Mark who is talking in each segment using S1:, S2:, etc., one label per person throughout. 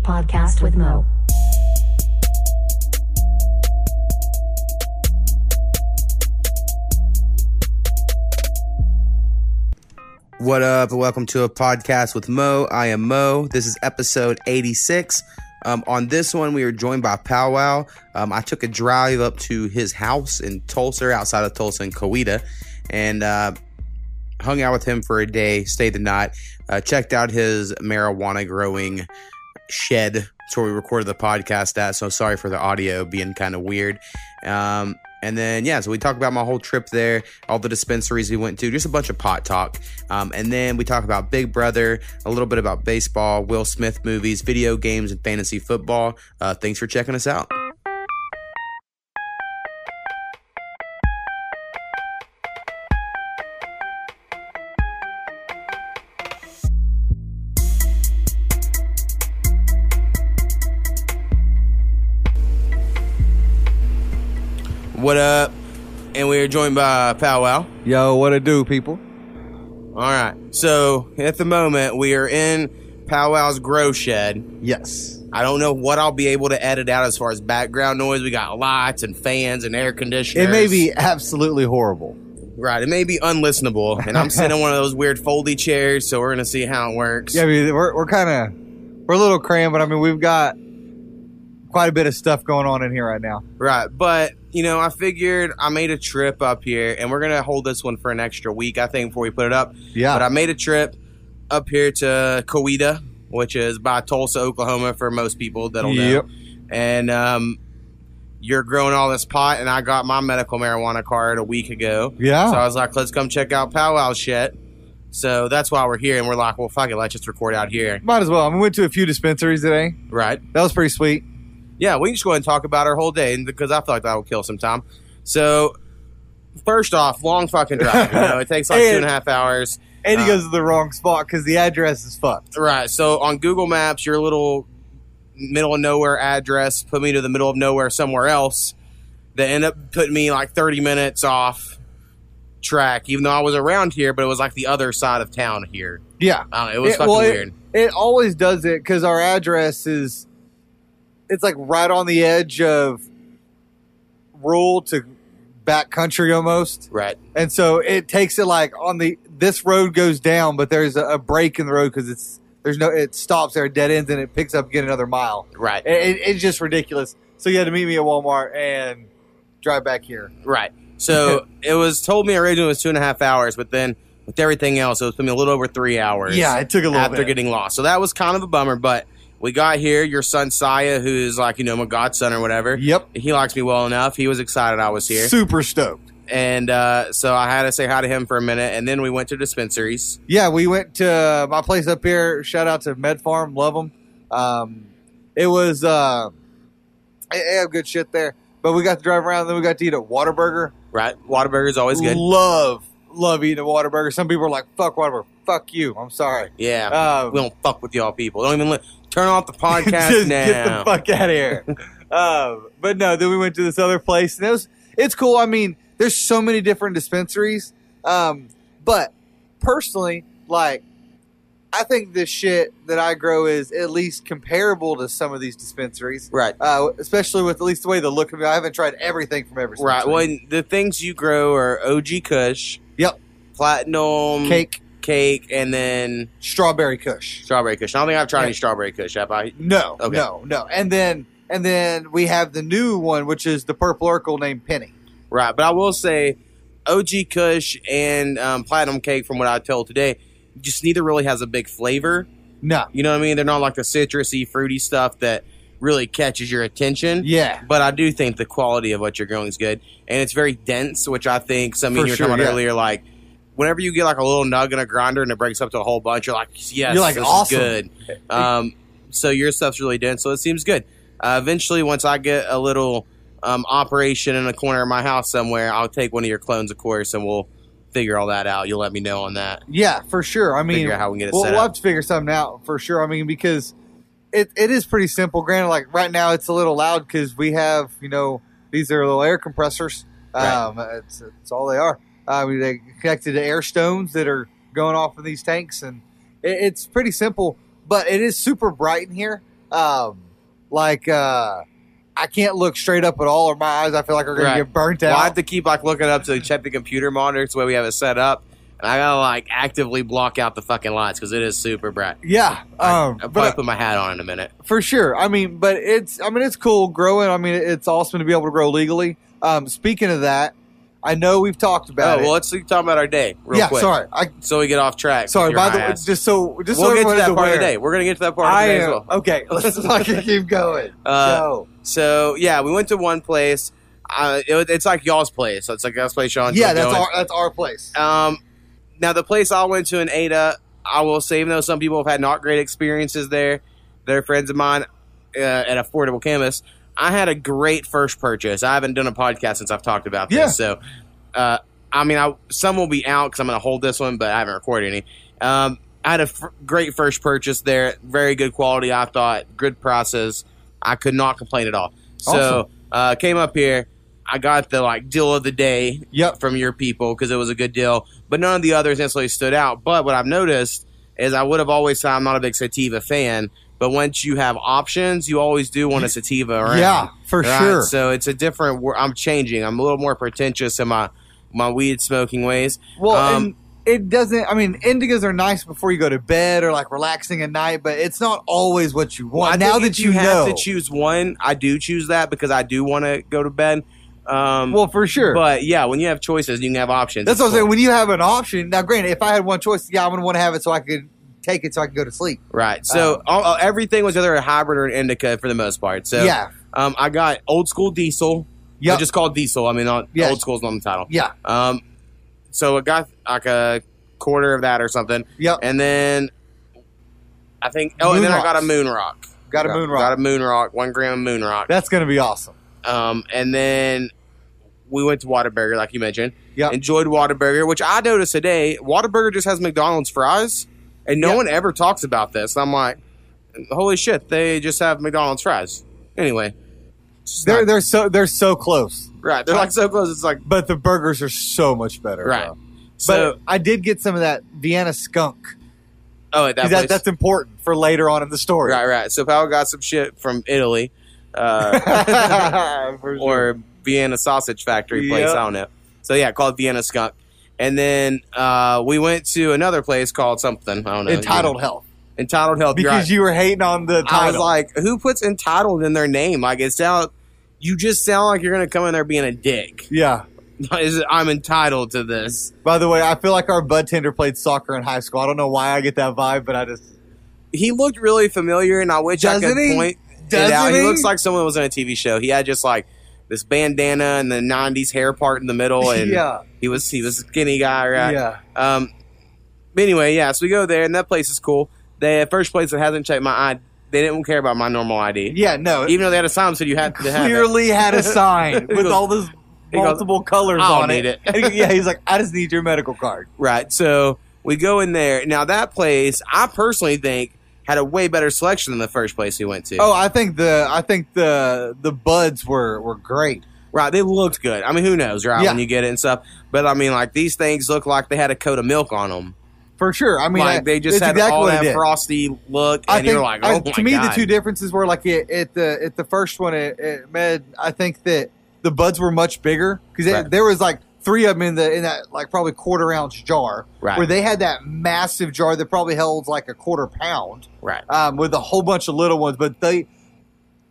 S1: Podcast with Mo.
S2: What up, and welcome to a podcast with Mo. I am Mo. This is episode 86. Um, on this one, we are joined by Powwow. Um, I took a drive up to his house in Tulsa, outside of Tulsa in Coweta, and uh, hung out with him for a day, stayed the night, uh, checked out his marijuana growing shed. That's where we recorded the podcast at. So sorry for the audio being kind of weird. Um, and then, yeah, so we talk about my whole trip there, all the dispensaries we went to, just a bunch of pot talk. Um, and then we talk about Big Brother, a little bit about baseball, Will Smith movies, video games, and fantasy football. Uh, thanks for checking us out. What up? And we're joined by Powwow.
S3: Yo, what it do, people?
S2: All right. So at the moment, we are in Powwow's grow shed.
S3: Yes.
S2: I don't know what I'll be able to edit out as far as background noise. We got lights and fans and air conditioners.
S3: It may be absolutely horrible.
S2: right. It may be unlistenable, and I'm sitting in one of those weird foldy chairs. So we're gonna see how it works.
S3: Yeah, I mean, we're, we're kind of, we're a little crammed, but I mean, we've got quite a bit of stuff going on in here right now.
S2: Right. But, you know, I figured I made a trip up here and we're going to hold this one for an extra week, I think, before we put it up.
S3: Yeah.
S2: But I made a trip up here to Coweta, which is by Tulsa, Oklahoma, for most people that'll know.
S3: Yep.
S2: And um, you're growing all this pot, and I got my medical marijuana card a week ago.
S3: Yeah.
S2: So I was like, let's come check out Powwow shit. So that's why we're here, and we're like, well, fuck it, let's just record out here.
S3: Might as well. I mean, we went to a few dispensaries today.
S2: Right.
S3: That was pretty sweet.
S2: yeah, we can just go ahead and talk about our whole day and- because I feel like that will kill some time. So, first off, long fucking drive. You know, it takes like two and a half hours.
S3: And he
S2: Uh,
S3: goes to the wrong spot because the address is fucked.
S2: Right. So on Google Maps, your little middle of nowhere address put me to the middle of nowhere somewhere else. That ended up putting me like 30 minutes off track, even though I was around here, but it was like the other side of town here.
S3: Yeah.
S2: I don't know, it was
S3: It-
S2: fucking
S3: well,
S2: weird.
S3: It always does it because our address is, it's like right on the edge of rural to backcountry almost.
S2: right.
S3: and so it takes it like on the this road goes down, but there's a, a break in the road because it's there's no it stops there, it dead ends, and it picks up again another mile.
S2: Right.
S3: It, it, it's just ridiculous. So you had to meet me at Walmart and drive back here.
S2: Right. So it was told me originally it was two and a half hours, but then with everything else, it was putting me a little over three hours.
S3: Yeah, it took a little
S2: after
S3: bit.
S2: getting lost. So that was kind of a bummer, but we got here. Your son Saya, who is like you know my godson or whatever.
S3: yep,
S2: He likes me well enough. He was excited I was here,
S3: super stoked.
S2: and uh, so I had to say hi to him for a minute, and then we went to dispensaries.
S3: Yeah, we went to my place up here. Shout out to Med Farm, love them. Um, it was uh, they they have good shit there. But we got to drive around, then we got to eat at Waterburger.
S2: Right, Whataburger is always good.
S3: Love, love eating a Whataburger. Some people are like, fuck Whataburger. Fuck you. I'm sorry.
S2: Yeah,
S3: Um,
S2: we don't fuck with y'all people. Don't even li- turn off the podcast
S3: just
S2: now.
S3: get the fuck out of here. um, but no, then we went to this other place. And it was, it's cool. I mean, there's so many different dispensaries. Um, but personally, like, I think this shit that I grow is at least comparable to some of these dispensaries.
S2: Right.
S3: Uh, especially with at least the way the look of it. I haven't tried everything from every
S2: Right.
S3: dispensary.
S2: Well, and the things you grow are OG Kush.
S3: Yep.
S2: Platinum
S3: Cake,
S2: cake, and then
S3: strawberry kush.
S2: strawberry Kush. I don't think I've tried any
S3: Yeah.
S2: strawberry Kush. Have I?
S3: No,
S2: Okay.
S3: no, no. And then and then we have the new one, which is the purple Urkel named Penny.
S2: Right. But I will say, OG Kush and um, platinum cake, from what I told today, just neither really has a big flavor.
S3: No,
S2: You know what I mean? They're not like the citrusy, fruity stuff that really catches your attention.
S3: yeah,
S2: But I do think the quality of what you're growing is good, and it's very dense, which I think some of you
S3: For
S2: were
S3: sure,
S2: talking about
S3: yeah.
S2: earlier. Like, whenever you get like a little nug in a grinder and it breaks up to a whole bunch, you're like, yes,
S3: You're like,
S2: this
S3: awesome.
S2: is good. Um, so your stuff's really dense, so it seems good. Uh, eventually, once I get a little um, operation in a corner of my house somewhere, I'll take one of your clones, of course, and we'll figure all that out. You'll let me know on that.
S3: yeah, for sure. I mean,
S2: Figure out how we can get it
S3: we'll,
S2: set
S3: we'll
S2: up.
S3: have to figure something out for sure. I mean, because it it is pretty simple. Granted, like right now it's a little loud because we have you know these are little air compressors.
S2: Right.
S3: Um, it's, it's all they are. Uh, we they connected to air stones that are going off of these tanks, and it, it's pretty simple. But it is super bright in here. Um, like uh, I can't look straight up at all, or my eyes I feel like are gonna
S4: Right.
S3: get burnt
S2: Well, I
S3: out.
S2: have to keep like looking up to check the computer monitor. It's the way we have it set up, and I gotta like actively block out the fucking lights because it is super bright.
S3: yeah, um,
S2: I'll probably
S3: but
S2: put my hat on in a minute.
S3: for sure. I mean, but it's I mean it's cool growing. I mean it's awesome to be able to grow legally. Um, speaking of that, I know we've talked
S2: Oh
S3: about
S2: well,
S3: it.
S2: let's talk about our day real
S3: yeah,
S2: quick.
S3: sorry, I,
S2: So we get off track.
S3: sorry.
S2: with your
S3: By the
S2: high
S3: way,
S2: ass.
S3: just so just
S2: we'll
S3: so
S2: get to
S3: everyone is
S2: that part of
S3: aware,
S2: the day. We're gonna get to that part
S3: I
S2: of the day
S3: am
S2: as well.
S3: okay. Let's fucking keep going.
S2: Uh,
S3: Go.
S2: So yeah, we went to one place. Uh, it, it's like y'all's place. So it's like that's place Sean's
S3: yeah,
S2: been
S3: that's
S2: going.
S3: our that's our place.
S2: Um, now the place I went to in Ada, I will say, even though some people have had not great experiences there, they're friends of mine uh, at Affordable Chemist. I had a great first purchase. I haven't done a podcast since I've talked about this,
S3: Yeah.
S2: so uh, I mean, I, some will be out because I'm going to hold this one, but I haven't recorded any. Um, I had a f- great first purchase there. Very good quality, I thought. Good prices. I could not complain at all. So uh, came up here. I got the like deal of the day
S3: Yep.
S2: from your people because it was a good deal. But none of the others necessarily stood out. But what I've noticed is I would have always said I'm not a big sativa fan. But once you have options, you always do want a sativa around.
S3: Yeah, for
S2: right?
S3: sure.
S2: So it's a different. wor- I'm changing. I'm a little more pretentious in my my weed smoking ways.
S3: Well,
S2: Um,
S3: and it doesn't. I mean, indigas are nice before you go to bed or like relaxing at night, but it's not always what you
S2: Well, I
S3: want. now
S2: think
S3: that
S2: if
S3: you, know,
S2: have to choose one, I do choose that because I do want to go to bed. Um,
S3: well, for sure.
S2: but yeah, when you have choices, you can have options. It's
S3: That's what I'm saying.
S2: cool.
S3: When you have an option, now, granted, if I had one choice, yeah, I'm gonna want to have it so I could take it so I could go to sleep.
S2: Right. So
S3: Um,
S2: all, all- everything was either a hybrid or an indica for the most part. So
S3: yeah,
S2: Um, I got old school diesel.
S3: yeah,
S2: Which is called diesel. I mean, not,
S3: Yes.
S2: old school's not the title.
S3: yeah,
S2: Um, so I got like a quarter of that or something,
S3: yeah.
S2: and then I think. Oh, and then I
S3: Moon
S2: got a
S3: rocks.
S2: moon rock.
S3: Got a moon rock.
S2: Got a moon rock. One gram of moon rock.
S3: That's gonna be awesome.
S2: Um, and then we went to Whataburger, like you mentioned.
S3: Yeah.
S2: Enjoyed Whataburger, which I noticed today. Whataburger just has McDonald's fries, and no
S3: Yeah.
S2: one ever talks about this. I'm like, holy shit, they just have McDonald's fries. Anyway, it's just
S3: They're
S2: not-
S3: they're so they're so close,
S2: right. They're like so close. It's like
S3: but the burgers are so much better.
S2: Right.
S3: bro.
S2: so.
S3: but I did get some of that Vienna skunk.
S2: oh, at that,
S3: 'Cause
S2: place.
S3: That, that's important for later on in the story.
S2: right, right. So Powell got some shit from Italy, uh,
S3: For sure.
S2: or Vienna sausage factory place.
S3: Yep.
S2: I don't know. So yeah, called Vienna skunk. And then uh, we went to another place called something. I don't know.
S3: entitled health
S2: Entitled Health. you're right.
S3: because you were hating on the title.
S2: I was like, who puts entitled in their name? Like, it sound, you just sound like you're going to come in there being a dick.
S3: yeah.
S2: Is it- I'm entitled to this.
S3: By the way, I feel like our bud tender played soccer in high school. I don't know why I get that vibe, but I just
S2: He looked really familiar, and I wish I
S3: Doesn't
S2: could
S3: he?
S2: point it out. He? looks like someone that was on a TV show. He had just like this bandana and the '90s hair part in the middle, and
S3: yeah,
S2: he was he was a skinny guy, right?
S3: yeah.
S2: Um. but Anyway, yeah. So we go there, and that place is cool. The first place that hasn't checked my ID, they didn't care about my normal ID,
S3: Yeah, no.
S2: even though they had a sign that said you had to have it.
S3: clearly had a sign
S2: He
S3: with
S2: goes-
S3: all those
S2: he goes,
S3: multiple colors
S2: "I don't
S3: on
S2: need
S3: it. yeah, he's like, I just need your medical card.
S2: Right. So we go in there. Now that place, I personally think had a way better selection than the first place we went to.
S3: Oh, I think the I think the the buds were were great.
S2: Right. They looked good. I mean, who knows, right?
S3: Yeah.
S2: When you get it and stuff. But I mean, like these things look like they had a coat of milk on them.
S3: For sure. I mean,
S2: like
S3: I-
S2: they just
S3: it's
S2: had
S3: exactly
S2: all
S3: what it
S2: that
S3: did.
S2: frosty look,
S3: I
S2: and
S3: think
S2: you're like, oh
S3: I-
S2: my
S3: to me,
S2: god.
S3: the two differences were like it, at the at the first one at, at Med, I think that the buds were much bigger because
S2: Right.
S3: there was like three of them in the in that like probably quarter ounce jar
S2: right.
S3: where they had that massive jar that probably held like a quarter pound
S2: right.
S3: um, with a whole bunch of little ones, but they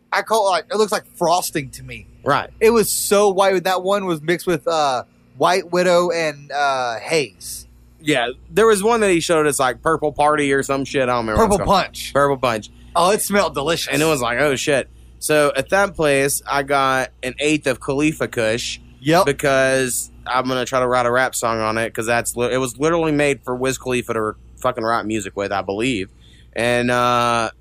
S3: I call it like it looks like frosting to me.
S2: Right.
S3: It was so white. That one was mixed with uh, White Widow and uh, Haze,
S2: Yeah. There was one that he showed us like purple party or some shit. I don't remember. what it's
S3: Purple
S2: called.
S3: Punch.
S2: Purple punch.
S3: Oh, it smelled delicious.
S2: And it was like, oh shit. So at that place, I got an eighth of Khalifa Kush.
S3: yep.
S2: because I'm gonna try to write a rap song on it because that's li- it was literally made for Wiz Khalifa to fucking write music with, I believe, and uh,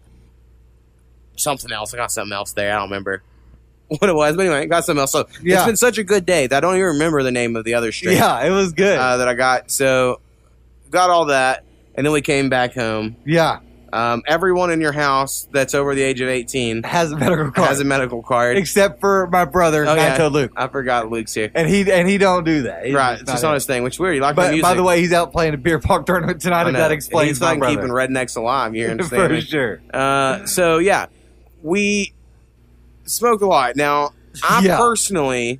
S2: something else. I got something else there. I don't remember what it was, but anyway, I got something else. So it's
S3: Yeah.
S2: been such a good day that I don't even remember the name of the other street
S3: Yeah, it was good.
S2: uh, that I got. So got all that, and then we came back home.
S3: yeah.
S2: Um, everyone in your house that's over the age of 18
S3: has a medical card,
S2: has a medical card.
S3: except for my brother
S2: Oh, yeah.
S3: Naito Luke,
S2: I forgot Luke's here.
S3: and he and he don't do that. He's
S2: Right,
S3: just
S2: it's just
S3: not
S2: on
S3: in.
S2: his thing, which is weird. You like the
S3: but
S2: music.
S3: by the way, he's out playing a beer pong tournament tonight,
S2: I
S3: and
S2: know.
S3: that
S2: And
S3: explains
S2: he's
S3: my
S2: fucking
S3: brother
S2: keeping rednecks alive. You understand
S3: for
S2: me?
S3: sure.
S2: Uh, so yeah, we smoke a lot. Now, I
S3: Yeah.
S2: personally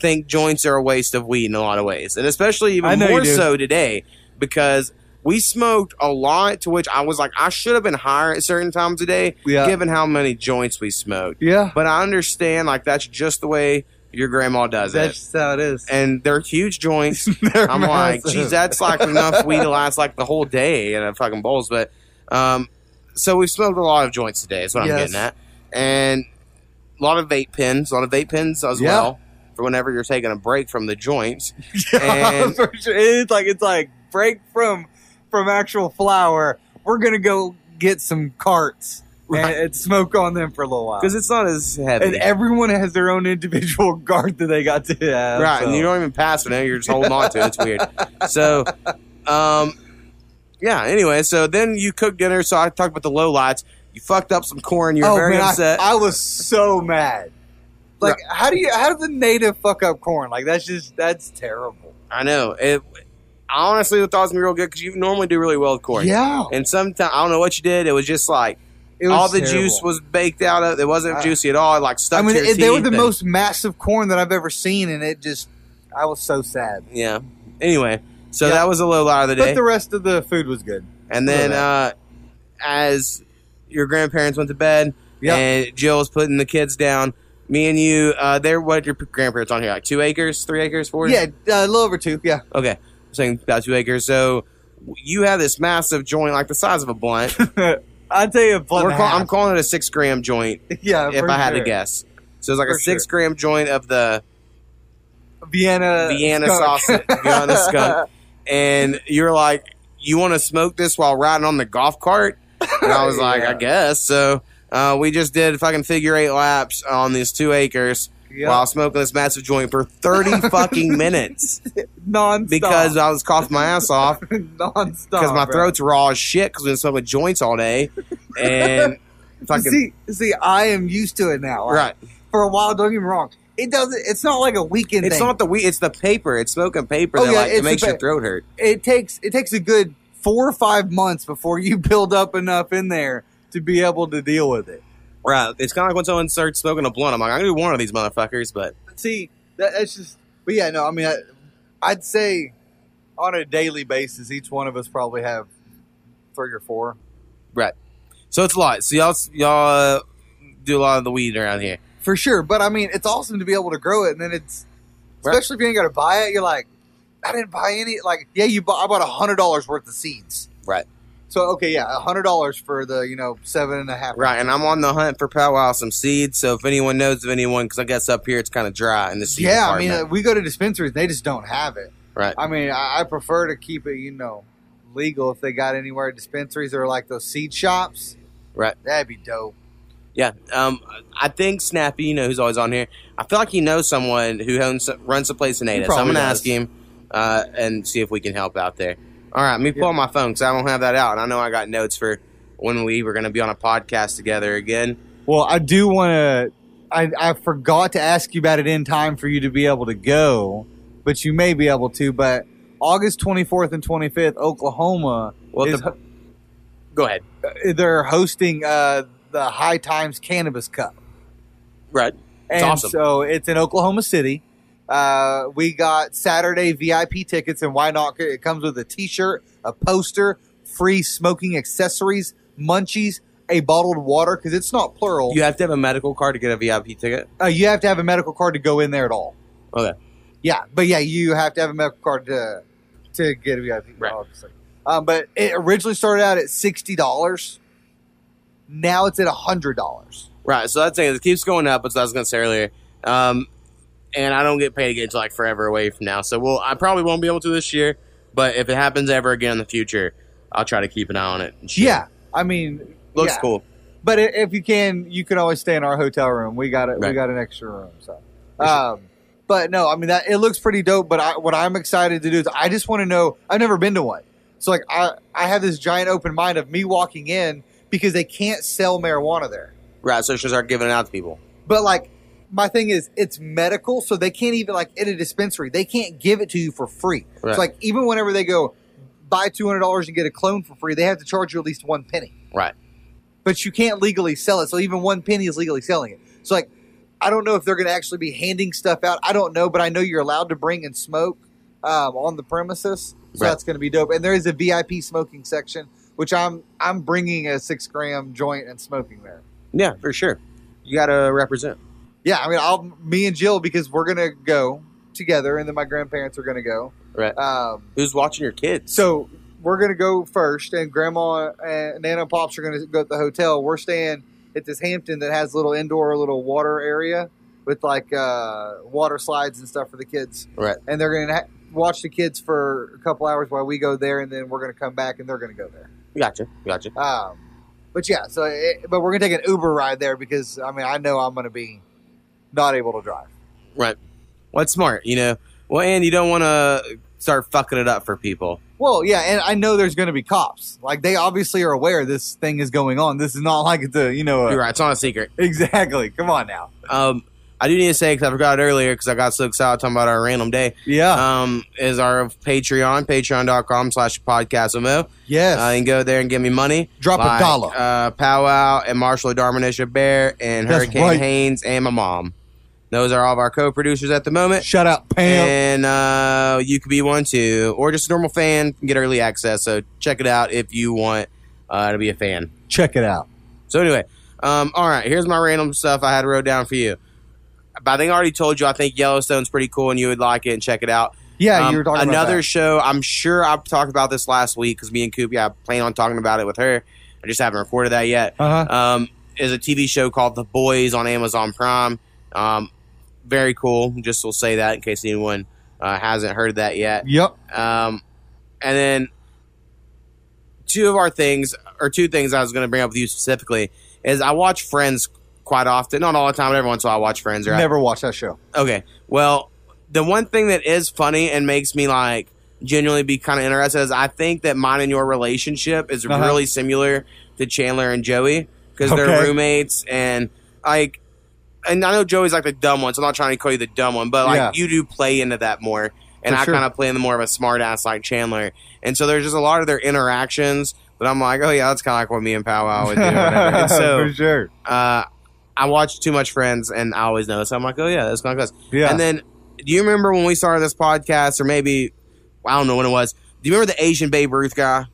S2: think joints are a waste of weed in a lot of ways, and especially
S3: I
S2: even
S3: know you
S2: more
S3: do.
S2: so today because we smoked a lot. To which I was like, I should have been higher at certain times today,
S3: Yeah.
S2: given how many joints we smoked.
S3: yeah.
S2: But I understand, like that's just the way your grandma does
S3: That's
S2: it,
S3: just how it is.
S2: and they're huge joints. I'm like, geez, that's like enough weed to last like the whole day in a fucking bowls. But um, so we've smoked a lot of joints today. Is what I'm
S3: Yes.
S2: getting at, and a lot of vape pens, a lot of vape pens as
S3: Yeah.
S2: well for whenever you're taking a break from the joints. and-
S3: For sure. It's like it's like break from from actual flour. We're gonna go get some carts
S2: Right.
S3: and, and smoke on them for a little while.
S2: Because it's not as heavy,
S3: And everyone has their own individual guard that they got to have.
S2: right?
S3: so.
S2: And you don't even pass it. now, You're just holding on to it. It's weird. So, um, yeah. Anyway, so then you cook dinner. So I talked about the low lights. You fucked up some corn. You're
S3: oh,
S2: very
S3: man, I-
S2: upset.
S3: I, was so mad. Like, how do you? How does the native fuck up corn? Like, that's just that's terrible.
S2: I know. It I honestly thought it was gonna be real good because you normally do really well with corn.
S3: Yeah,
S2: And sometimes I don't know what you did. It was just like
S3: it was
S2: all the
S3: terrible.
S2: juice was baked out of. It wasn't
S3: I-
S2: juicy at all. It like stuck
S3: I mean,
S2: to your
S3: it, they were
S2: teeth
S3: the
S2: and-
S3: most massive corn that I've ever seen, and it just, I was so sad.
S2: Yeah. Anyway, so
S3: Yeah.
S2: that was a low light of the day.
S3: But the rest of the food was good.
S2: and then
S3: low
S2: uh, as your grandparents went to bed,
S3: Yeah.
S2: and Jill was putting the kids down. Me and you, uh, they're what your grandparents on here like two acres, three acres, four.
S3: Yeah, uh, a little over two. Yeah,
S2: Okay, saying about two acres. So you have this massive joint, like the size of a blunt.
S3: I'd tell you a blunt.
S2: We're
S3: and a
S2: call- I'm
S3: half.
S2: calling it a six gram joint
S3: yeah,
S2: if
S3: Oh, for
S2: I had to
S3: sure.
S2: guess. So it's like a
S3: For
S2: six gram joint of the
S3: Vienna,
S2: Vienna
S3: Uh, skunk.
S2: sausage, Vienna skunk. And you're like, you want to smoke this while riding on the golf cart? And I was like,
S3: Yeah.
S2: I guess. So uh, we just did fucking figure eight laps on these two acres
S3: yeah.
S2: while smoking this massive joint for 30 fucking minutes
S3: nonstop
S2: because I was coughing my ass off
S3: nonstop
S2: because my
S3: bro.
S2: throat's raw as shit because we've been smoking joints all day. And fucking.
S3: See, see, I am used to it now. Like,
S2: Right.
S3: for a while. Don't get me wrong. It doesn't. It's not like a weekend.
S2: It's
S3: thing.
S2: not the weed. It's the paper. It's smoking paper
S3: Oh,
S2: that
S3: yeah,
S2: like
S3: it's
S2: it
S3: the
S2: makes your
S3: pa-
S2: throat hurt.
S3: It takes. It takes a good four or five months before you build up enough in there to be able to deal with it.
S2: Right. It's kind of like when someone starts smoking a blunt. I'm like, I'm gonna do one of these motherfuckers, but
S3: See, that, that's just. But yeah, no. I mean, I, I'd say on a daily basis, each one of us probably have three or four.
S2: so it's a lot. So y'all y'all uh, do a lot of the weed around here.
S3: For sure. But I mean, it's awesome to be able to grow it. And then it's,
S2: Right.
S3: especially if you ain't got to buy it, you're like, I didn't buy any. Like, yeah, you bought, I bought a $100 worth of seeds.
S2: Right.
S3: So, okay, yeah, a $100 for the, you know, seven and a half.
S2: Right. And I'm on the hunt for powwow some seeds. So if anyone knows of anyone, because I guess up here it's kind of dry in the seed
S3: Yeah, I mean, uh,
S2: department.
S3: we go to dispensaries, they just don't have it.
S2: Right.
S3: I mean, I, I prefer to keep it, you know, legal if they got anywhere dispensaries or like those seed shops.
S2: Right.
S3: That'd be dope.
S2: yeah. Um, I think Snappy, you know, who's always on here. I feel like he knows someone who owns runs a place in Ada. So I'm
S3: probably
S2: gonna
S3: does.
S2: ask him uh, and see if we can help out there. All right, let me pull
S3: Yeah.
S2: out my phone because I don't have that out, and I know I got notes for when we were gonna be on a podcast together again.
S3: Well, I do want to. I, I forgot to ask you about it in time for you to be able to go, but you may be able to. But August 24th and 25th, Oklahoma,
S2: Well,
S3: is,
S2: the, go ahead.
S3: they're hosting uh, the High Times Cannabis Cup.
S2: Right.
S3: And
S2: awesome.
S3: so it's in Oklahoma City. Uh, we got Saturday VIP tickets, and why not? It comes with a t shirt, a poster, free smoking accessories, munchies, a bottled water, because it's not plural.
S2: You have to have a medical card to get a VIP ticket.
S3: Uh, you have to have a medical card to go in there at all.
S2: Okay.
S3: Yeah, but yeah, you have to have a medical card to to get a VIP.
S2: Right.
S3: Obviously. Um, but it originally started out at sixty dollars. Now it's at hundred dollars.
S2: Right. So that's the thing. It keeps going up, as I was going to say earlier. Um, and I don't get paid again until like forever away from now. So we'll, I probably won't be able to this year. But if it happens ever again in the future, I'll try to keep an eye on it. and shit.
S3: Yeah, I mean,
S2: Looks
S3: yeah.
S2: cool.
S3: But i- if you can, you can always stay in our hotel room. We got it.
S2: Right.
S3: We got an extra room. So,
S2: For sure.
S3: um, but no, I mean that it looks pretty dope. But I, what I'm excited to do is I just want to know. I've never been to one, so like I I have this giant open mind of me walking in because they can't sell marijuana there.
S2: Right. So she'll start giving it out to people.
S3: But like my thing is it's medical, so they can't even like at a dispensary, they can't give it to you for free. It's
S2: Right.
S3: like even whenever they go buy two hundred dollars and get a clone for free, they have to charge you at least one penny.
S2: Right.
S3: but you can't legally sell it. So even one penny is legally selling it. So like, I don't know if they're going to actually be handing stuff out. I don't know, but I know you're allowed to bring and smoke um, on the premises. So
S2: Right.
S3: that's going to be dope. And there is a VIP smoking section, which I'm I'm bringing a six gram joint and smoking there.
S2: Yeah, for sure. You gotta represent.
S3: Yeah, I mean, I'll me and Jill because we're gonna go together, and then my grandparents are gonna go.
S2: Right.
S3: Um,
S2: Who's watching your kids?
S3: so we're gonna go first, and Grandma uh, and Nana and Pops are gonna go at the hotel. We're staying at this Hampton that has a little indoor, little water area with like uh, water slides and stuff for the kids.
S2: Right.
S3: And they're gonna ha- watch the kids for a couple hours while we go there, and then we're gonna come back, and they're gonna go there.
S2: Gotcha. Gotcha.
S3: Um, but yeah, so it, but we're gonna take an Uber ride there because I mean I know I'm gonna be not able to drive.
S2: Well, it's smart, you know. Well, and you don't want to start fucking it up for people.
S3: Well, yeah, and I know there's going to be cops. Like they obviously are aware this thing is going on. This is not like it's a you know a,
S2: You're right. It's not a secret.
S3: exactly. Come on now.
S2: Um, I do need to say because I forgot it earlier because I got so excited talking about our random day.
S3: Yeah.
S2: Um, is our Patreon, patreon.com slash podcast mo.
S3: yes.
S2: Uh, you can go there and give me money.
S3: Drop
S2: like,
S3: a dollar.
S2: Uh, Powwow and Marshall Darmanisha Bear and
S3: That's
S2: Hurricane
S3: right.
S2: Haynes and my mom. Those are all of our co-producers at the moment.
S3: Shut up, Pam.
S2: and uh, you could be one too, or just a normal fan can get early access. So check it out if you want uh, to be a fan.
S3: Check it out.
S2: So anyway, um, all right, here's my random stuff I had wrote down for you. But I think I already told you I think Yellowstone's pretty cool and you would like it and check it out.
S3: Yeah,
S2: Um,
S3: you were talking about
S2: another
S3: that.
S2: show. I'm sure I've talked about this last week because me and Koopy, I plan on talking about it with her. I just haven't recorded that yet
S3: Uh-huh.
S2: um, is a TV show called The Boys on Amazon Prime. Um, very cool. Just will say that in case anyone uh, hasn't heard that yet.
S3: Yep.
S2: Um, and then two of our things, or two things I was going to bring up with you specifically, is I watch Friends quite often. Not all the time, but every once in a while I watch Friends. Right?
S3: Never watched that show.
S2: Okay. Well, the one thing that is funny and makes me like genuinely be kind of interested is I think that mine and your relationship is
S3: Uh-huh.
S2: really similar to Chandler and Joey because they're
S3: Okay.
S2: roommates and like, and I know Joey's like the dumb one, so I'm not trying to call you the dumb one, but like
S3: Yeah.
S2: you do play into that more. And
S3: For
S2: I
S3: sure.
S2: kind of play into more of a smart ass like Chandler. And so there's just a lot of their interactions that I'm like, oh yeah, that's kind of like what me and Powwow would do. or whatever. And so
S3: For sure.
S2: uh, I watch too much Friends and I always know. So I'm like, oh yeah, that's kind of us.
S3: Yeah.
S2: And then, do you remember when we started this podcast, or maybe I don't know when it was? Do you remember the Asian Babe Ruth guy?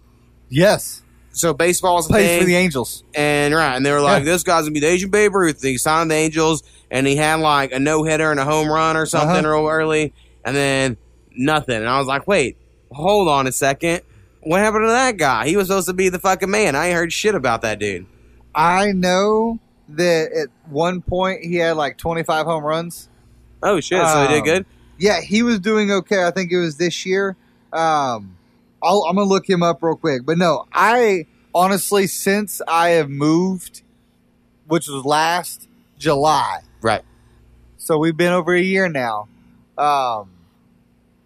S3: yes.
S2: So baseball was a
S3: Plays
S2: thing,
S3: for the Angels.
S2: and right, and they were like, "This guy's gonna be the Asian Babe Ruth." He signed the Angels, and he had like a no hitter and a home run
S3: Uh-huh.
S2: or something real early, and then nothing. And I was like, "Wait, hold on a second. What happened to that guy? He was supposed to be the fucking man. I ain't heard shit about that dude."
S3: I know that at one point he had like 25 home runs.
S2: Oh shit! so he did
S3: Um,
S2: good.
S3: Yeah, he was doing okay. I think it was this year. Um, I'll, I'm gonna look him up real quick. But no, I honestly, since I have moved, which was last July,
S2: Right.
S3: So we've been over a year now. Um,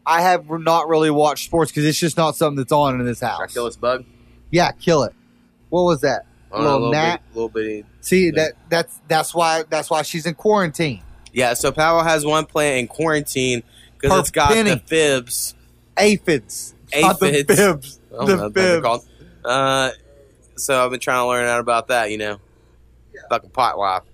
S3: I have not really watched sports because it's just not something that's on in this house.
S2: this bug.
S3: Yeah, kill it. What was that?
S2: Oh,
S3: Little
S2: little
S3: gnat.
S2: bitty- little bitty
S3: See that that's that's why that's why she's in quarantine.
S2: Yeah, so Powell has one plant in quarantine because
S3: Per
S2: it's got the
S3: penny.
S2: fibs.
S3: Aphids, not the
S2: Aphids.
S3: bibs.
S2: I don't
S3: The
S2: know what they're
S3: fibs.
S2: called. Uh, so I've been trying to learn out about that, you know. Fucking pot wife.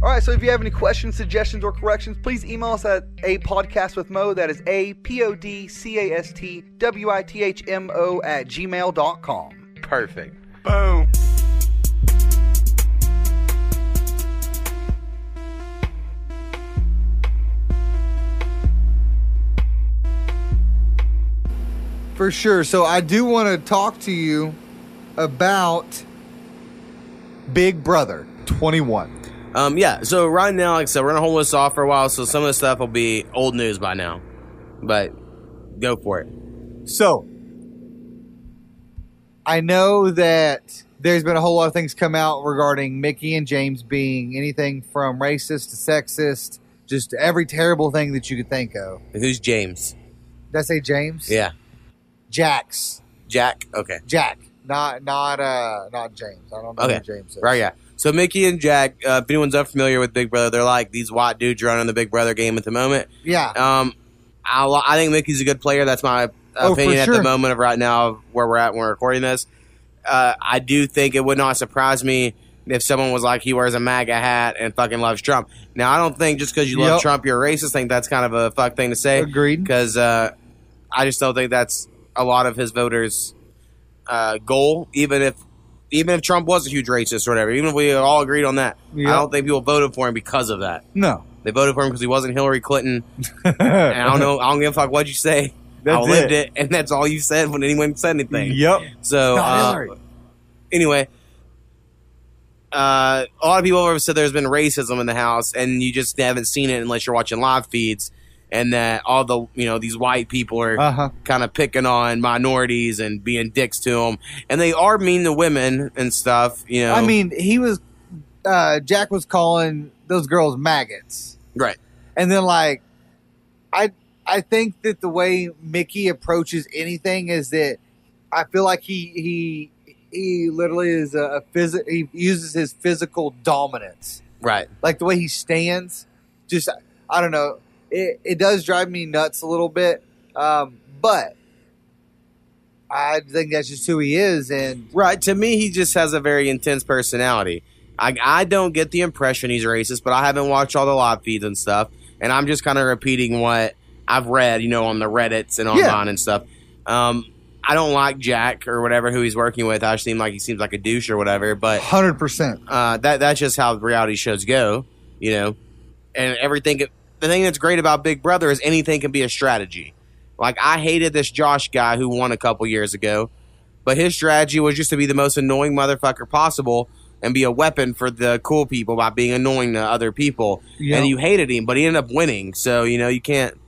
S5: All right, so if you have any questions, suggestions, or corrections, please email us at a podcast with Mo. That is A P O D C A S T W I T H M O at gmail.com.
S2: Perfect.
S5: Boom.
S3: For sure. So I do want to talk to you about Big Brother 21.
S2: Um, yeah, so right now, like I said, we're going to hold this off for a while, so some of the stuff will be old news by now. But go for it.
S3: So I know that there's been a whole lot of things come out regarding Mickey and James being anything from racist to sexist, just every terrible thing that you could think of.
S2: And who's James?
S3: Did I say James?
S2: Yeah.
S3: Jax.
S2: Jack? Okay.
S3: Jack. Not not uh not James. I don't know
S2: Okay.
S3: who James is.
S2: Right, yeah. So Mickey and Jack, uh, if anyone's unfamiliar with Big Brother, they're like these white dudes running the Big Brother game at the moment.
S3: Yeah.
S2: Um, I, lo- I think Mickey's a good player. That's my
S3: Oh, for
S2: opinion at
S3: sure.
S2: the moment of right now of where we're at when we're recording this. Uh, I do think it would not surprise me if someone was like he wears a MAGA hat and fucking loves Trump. Now I don't think just because you love
S3: Yep.
S2: Trump you're a racist. I think that's kind of a fuck thing to say
S3: Agreed.
S2: because uh, I just don't think that's a lot of his voters' uh, goal. Even if even if Trump was a huge racist or whatever, even if we all agreed on that, I
S3: Yeah.
S2: don't think people voted for him because of that.
S3: No.
S2: They voted for him because he wasn't Hillary Clinton.
S3: and
S2: And I don't know. I don't give a fuck what you say. I lived it. and that's all you said when anyone said anything.
S3: Yep.
S2: So
S3: Not
S2: uh,
S3: Hillary.
S2: anyway, uh, a lot of people have said there's been racism in the house, and you just haven't seen it unless you're watching live feeds. And that all the you know these white people are
S3: Uh huh.
S2: kind of picking on minorities and being dicks to them, and they are mean to women and stuff. You know,
S3: I mean, he was uh, Jack was calling those girls maggots,
S2: Right.
S3: And then like, I I think that the way Mickey approaches anything is that I feel like he he he literally is a, a phys- he uses his physical dominance,
S2: right?
S3: like the way he stands. Just I don't know. It it does drive me nuts a little bit, um, but. I think that's just who he is, and
S2: Right. To me, he just has a very intense personality. I, I don't get the impression he's racist, but I haven't watched all the live feeds and stuff, and I'm just kind of repeating what I've read, you know, on the Reddits and online
S3: Yeah.
S2: and stuff. Um, I don't like Jack or whatever who he's working with. I just seem like he seems like a douche or whatever, but
S3: hundred percent.
S2: uh, that that's just how reality shows go, you know. And everything. The thing that's great about Big Brother is anything can be a strategy. Like I hated this Josh guy who won a couple years ago, but his strategy was just to be the most annoying motherfucker possible and be a weapon for the cool people by being annoying to other people.
S3: Yeah.
S2: And you hated him, but he ended up winning. So you know you can't.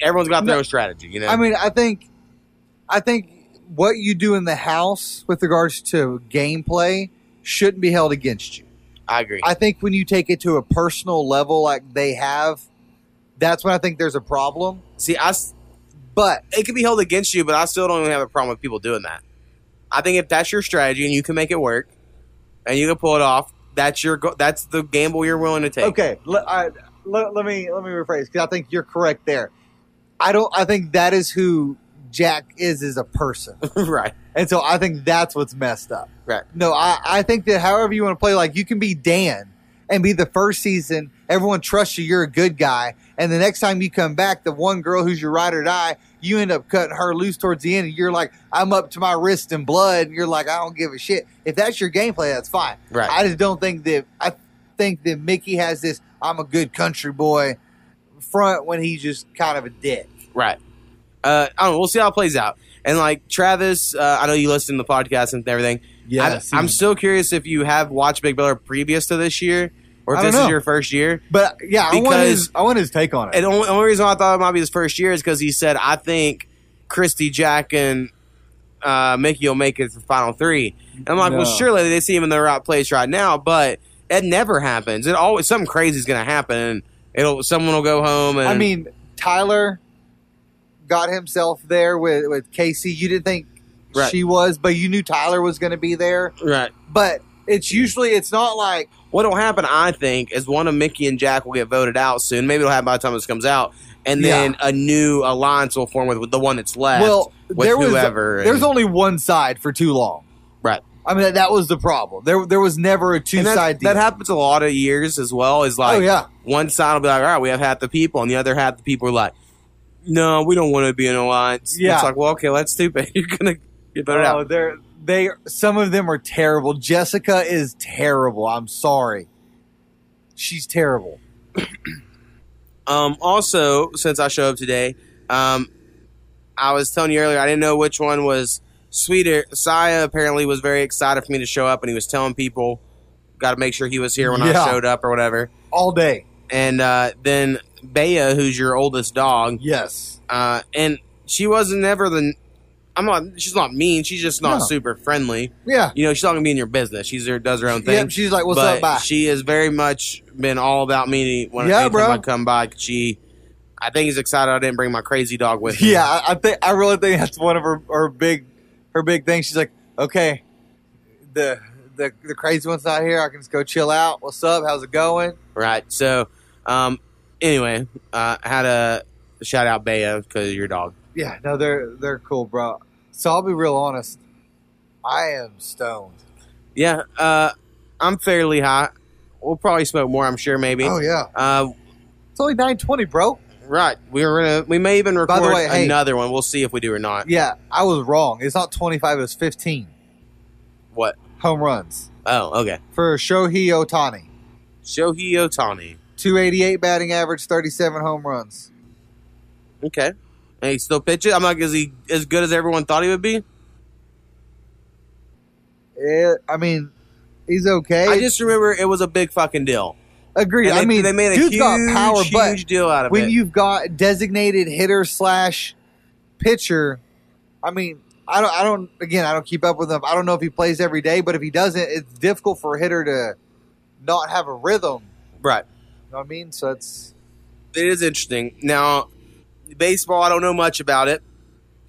S2: Everyone's got their
S3: No.
S2: own strategy, you know.
S3: I mean, I think, I think what you do in the house with regards to gameplay shouldn't be held against you.
S2: I agree.
S3: I think when you take it to a personal level, like they have, that's when I think there's a problem.
S2: See, I s-
S3: But
S2: it could be held against you, but I still don't even have a problem with people doing that. I think if that's your strategy and you can make it work and you can pull it off, that's your go- that's the gamble you're willing to take.
S3: okay, let, I, let, let me let me rephrase because I think you're correct there. I don't. I think that is who Jack is as a person.
S2: right.
S3: And so I think that's what's messed up.
S2: Right.
S3: No, I, I think that however you want to play, like you can be Dan and be the first season, everyone trusts you, you're a good guy. And the next time you come back, the one girl who's your ride or die, you end up cutting her loose towards the end and you're like, I'm up to my wrist in blood. And you're like, I don't give a shit. If that's your gameplay, that's fine.
S2: Right.
S3: I just don't think that, I think that Mickey has this, I'm a good country boy front when he's just kind of a dick.
S2: Right. Uh, I don't know. We'll see how it plays out. And like Travis, uh, I know you listen to the podcast and everything. I, am still curious if you have watched Big Brother previous to this year or if
S3: I
S2: this
S3: don't
S2: is
S3: know.
S2: your first year.
S3: but yeah, I want
S2: Because-
S3: his, I want his take on it.
S2: And the only, only reason I thought it might be his first year is because he said, I think Christy, Jack, and uh, Mickey will make it to the final three. And I'm like,
S3: No.
S2: well, surely they seem in the right place right now, but that never happens. It always something crazy is going to happen, and it'll someone will go home. And
S3: I mean, Tyler got himself there with, with Casey. You didn't think
S2: Right.
S3: she was, but you knew Tyler was going to be there.
S2: right.
S3: But it's usually it's not like
S2: What'll happen, I think, is one of Mickey and Jack will get voted out soon. Maybe it'll happen by the time this comes out, and then a new alliance will form with, with the one that's left.
S3: well
S2: with
S3: there was
S2: whoever.
S3: there's
S2: and-
S3: only one side for too long.
S2: Right.
S3: I mean that, that was the problem. There there was never a two
S2: and
S3: side
S2: that,
S3: deal.
S2: that happens a lot of years as well. Is like
S3: oh yeah.
S2: one side will be like, all right, we have half the people, and the other half the people are like, no, we don't want to be in an alliance.
S3: Yeah.
S2: It's like, well, okay, well, that's stupid. You're going to get voted
S3: Oh,
S2: out.
S3: they're they some of them are terrible. Jessica is terrible. I'm sorry. She's terrible.
S2: Um, also, since I showed up today, um, I was telling you earlier, I didn't know which one was sweeter. Saya apparently was very excited for me to show up, and he was telling people, got to make sure he was here when
S3: Yeah.
S2: I showed up or whatever.
S3: All day.
S2: And uh, then Bea, who's your oldest dog,
S3: Yes.
S2: uh, and she wasn't ever the. I'm not. She's not mean. She's just not
S3: No.
S2: super friendly.
S3: Yeah.
S2: You know, she's not gonna be in your business. She's there, does her own thing.
S3: Yep, she's like, "What's
S2: but
S3: up, bye?"
S2: she has very much been all about me when
S3: Yeah,
S2: anytime
S3: bro.
S2: I come by. She, I think he's excited I didn't bring my crazy dog with me.
S3: Yeah, I, I think I really think that's one of her, her big her big things. She's like, okay, the the the crazy one's not here. I can just go chill out. What's up? How's it going?
S2: Right. So, um, anyway, uh, had a shout out Bea because your dog.
S6: yeah, no, they're they're cool, bro. So I'll be real honest. I am stoned.
S2: Yeah, uh, I'm fairly high. We'll probably smoke more, I'm sure. Maybe.
S6: Oh yeah,
S2: Uh,
S6: it's only nine twenty, bro.
S2: right. We were gonna. We may even
S6: By
S2: record
S6: the way, hey-
S2: another one. We'll see if we do or not.
S6: Yeah, I was wrong. It's not twenty five. It's fifteen
S2: What?
S6: home runs
S2: Oh, okay.
S6: for Shohei Otani.
S2: Shohei Otani.
S6: Two eighty eight batting average, thirty seven home runs.
S2: Okay. And he still pitches. I'm like, is he as good as everyone thought he would be?
S6: Eh, I mean, he's okay.
S2: I just remember it was a big fucking deal.
S6: agreed.
S2: And
S6: I
S2: they,
S6: mean,
S2: they made a
S6: dude's
S2: huge,
S6: got power, but
S2: huge deal out of
S6: when
S2: it.
S6: you've got designated hitter slash pitcher, I mean, I don't, I don't, again, I don't keep up with him. I don't know if he plays every day, but if he doesn't, it's difficult for a hitter to not have a rhythm.
S2: right.
S6: You know what I mean? So it's
S2: It is interesting. Now, baseball, I don't know much about it,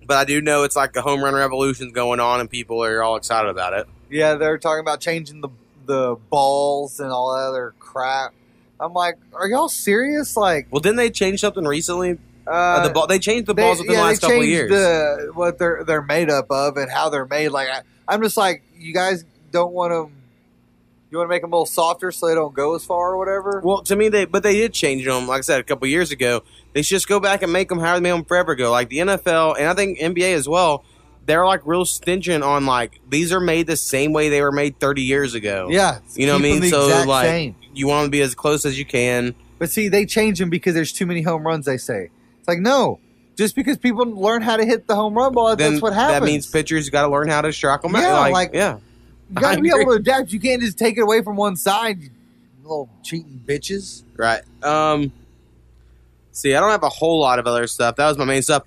S2: but I do know it's like the home run revolution's going on, and people are all excited about it.
S6: yeah, they're talking about changing the the balls and all that other crap. I'm like, are y'all serious? Like,
S2: Well, didn't they change something recently?
S6: uh,
S2: Uh, the ball they changed the balls within the last couple of
S6: changed
S2: years.
S6: The, what they're they're made up of and how they're made. Like I, I'm just like you guys don't want them. You want to make them a little softer so they don't go as far or whatever.
S2: well, to me, they but they did change them. Like I said, a couple of years ago, they should just go back and make them how they made them forever ago. Like the NFL and I think NBA as well. They're like real stingent on like these are made the same way they were made 30 years ago.
S6: yeah,
S2: Oh. You know what I
S6: keep
S2: mean?
S6: 'em the
S2: So,
S6: exact
S2: like-
S6: same.
S2: you want to be as close as you can.
S6: but see, they change them because there's too many home runs. They say it's like no, just because people learn how to hit the home run ball,
S2: Then
S6: that's what happens.
S2: That means pitchers got to learn how to strike them.
S6: Yeah,
S2: out. Like,
S6: like-
S2: yeah,
S6: you got
S2: I
S6: to be able
S2: agree.
S6: to adapt. You can't just take it away from one side. You little cheating bitches.
S2: right. Um, see, I don't have a whole lot of other stuff. That was my main stuff.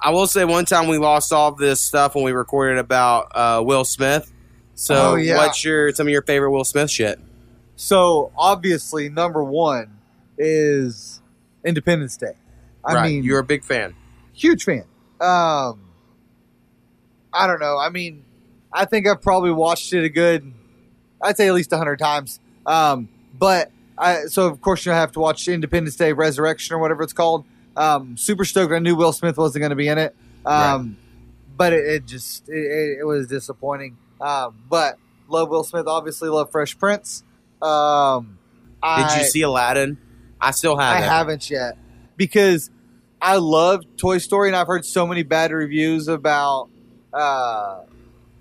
S2: I will say one time we lost all this stuff when we recorded about uh, Will Smith. So,
S6: Oh, yeah.
S2: what's your some of your favorite Will Smith shit?
S6: So obviously, number one is Independence Day. I
S2: right,
S6: mean,
S2: you're a big fan.
S6: huge fan. Um, I don't know. I mean, I think I've probably watched it a good, I'd say at least hundred times. Um, but I so of course you have to watch Independence Day Resurrection or whatever it's called. Um, super stoked. I knew Will Smith wasn't going to be in it. Um, but it, it just it, it, it was disappointing. Um, but love Will Smith. Obviously love Fresh Prince. Um,
S2: Did
S6: I,
S2: you see Aladdin? I still
S6: I
S2: haven't.
S6: haven't yet because I love Toy Story and I've heard so many bad reviews about. Uh,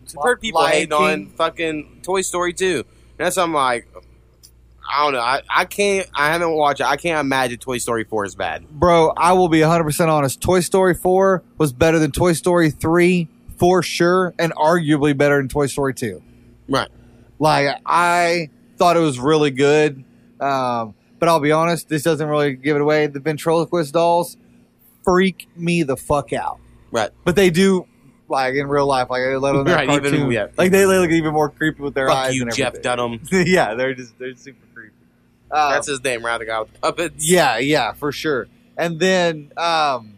S2: I've heard people
S6: Lion
S2: hating on
S6: King.
S2: fucking Toy Story 2. That's I'm like, I don't know. I, I can't. I haven't watched it. I can't imagine Toy Story 4 is bad.
S6: bro, I will be 100% honest. Toy Story 4 was better than Toy Story 3 for sure and arguably better than Toy Story 2.
S2: Right.
S6: Like, I thought it was really good. Um, but I'll be honest, this doesn't really give it away. The ventriloquist dolls freak me the fuck out.
S2: Right.
S6: But they do, like, in real life, like, I let them in
S2: Right,
S6: a
S2: even-
S6: cartoon.
S2: yeah.
S6: Like, they look even more creepy with their
S2: Fuck
S6: eyes
S2: you,
S6: and
S2: Jeff
S6: everything.
S2: Dunham.
S6: yeah, they're just, they're super creepy. Um,
S2: That's his name, right? The guy with the puppets.
S6: yeah, yeah, for sure. And then um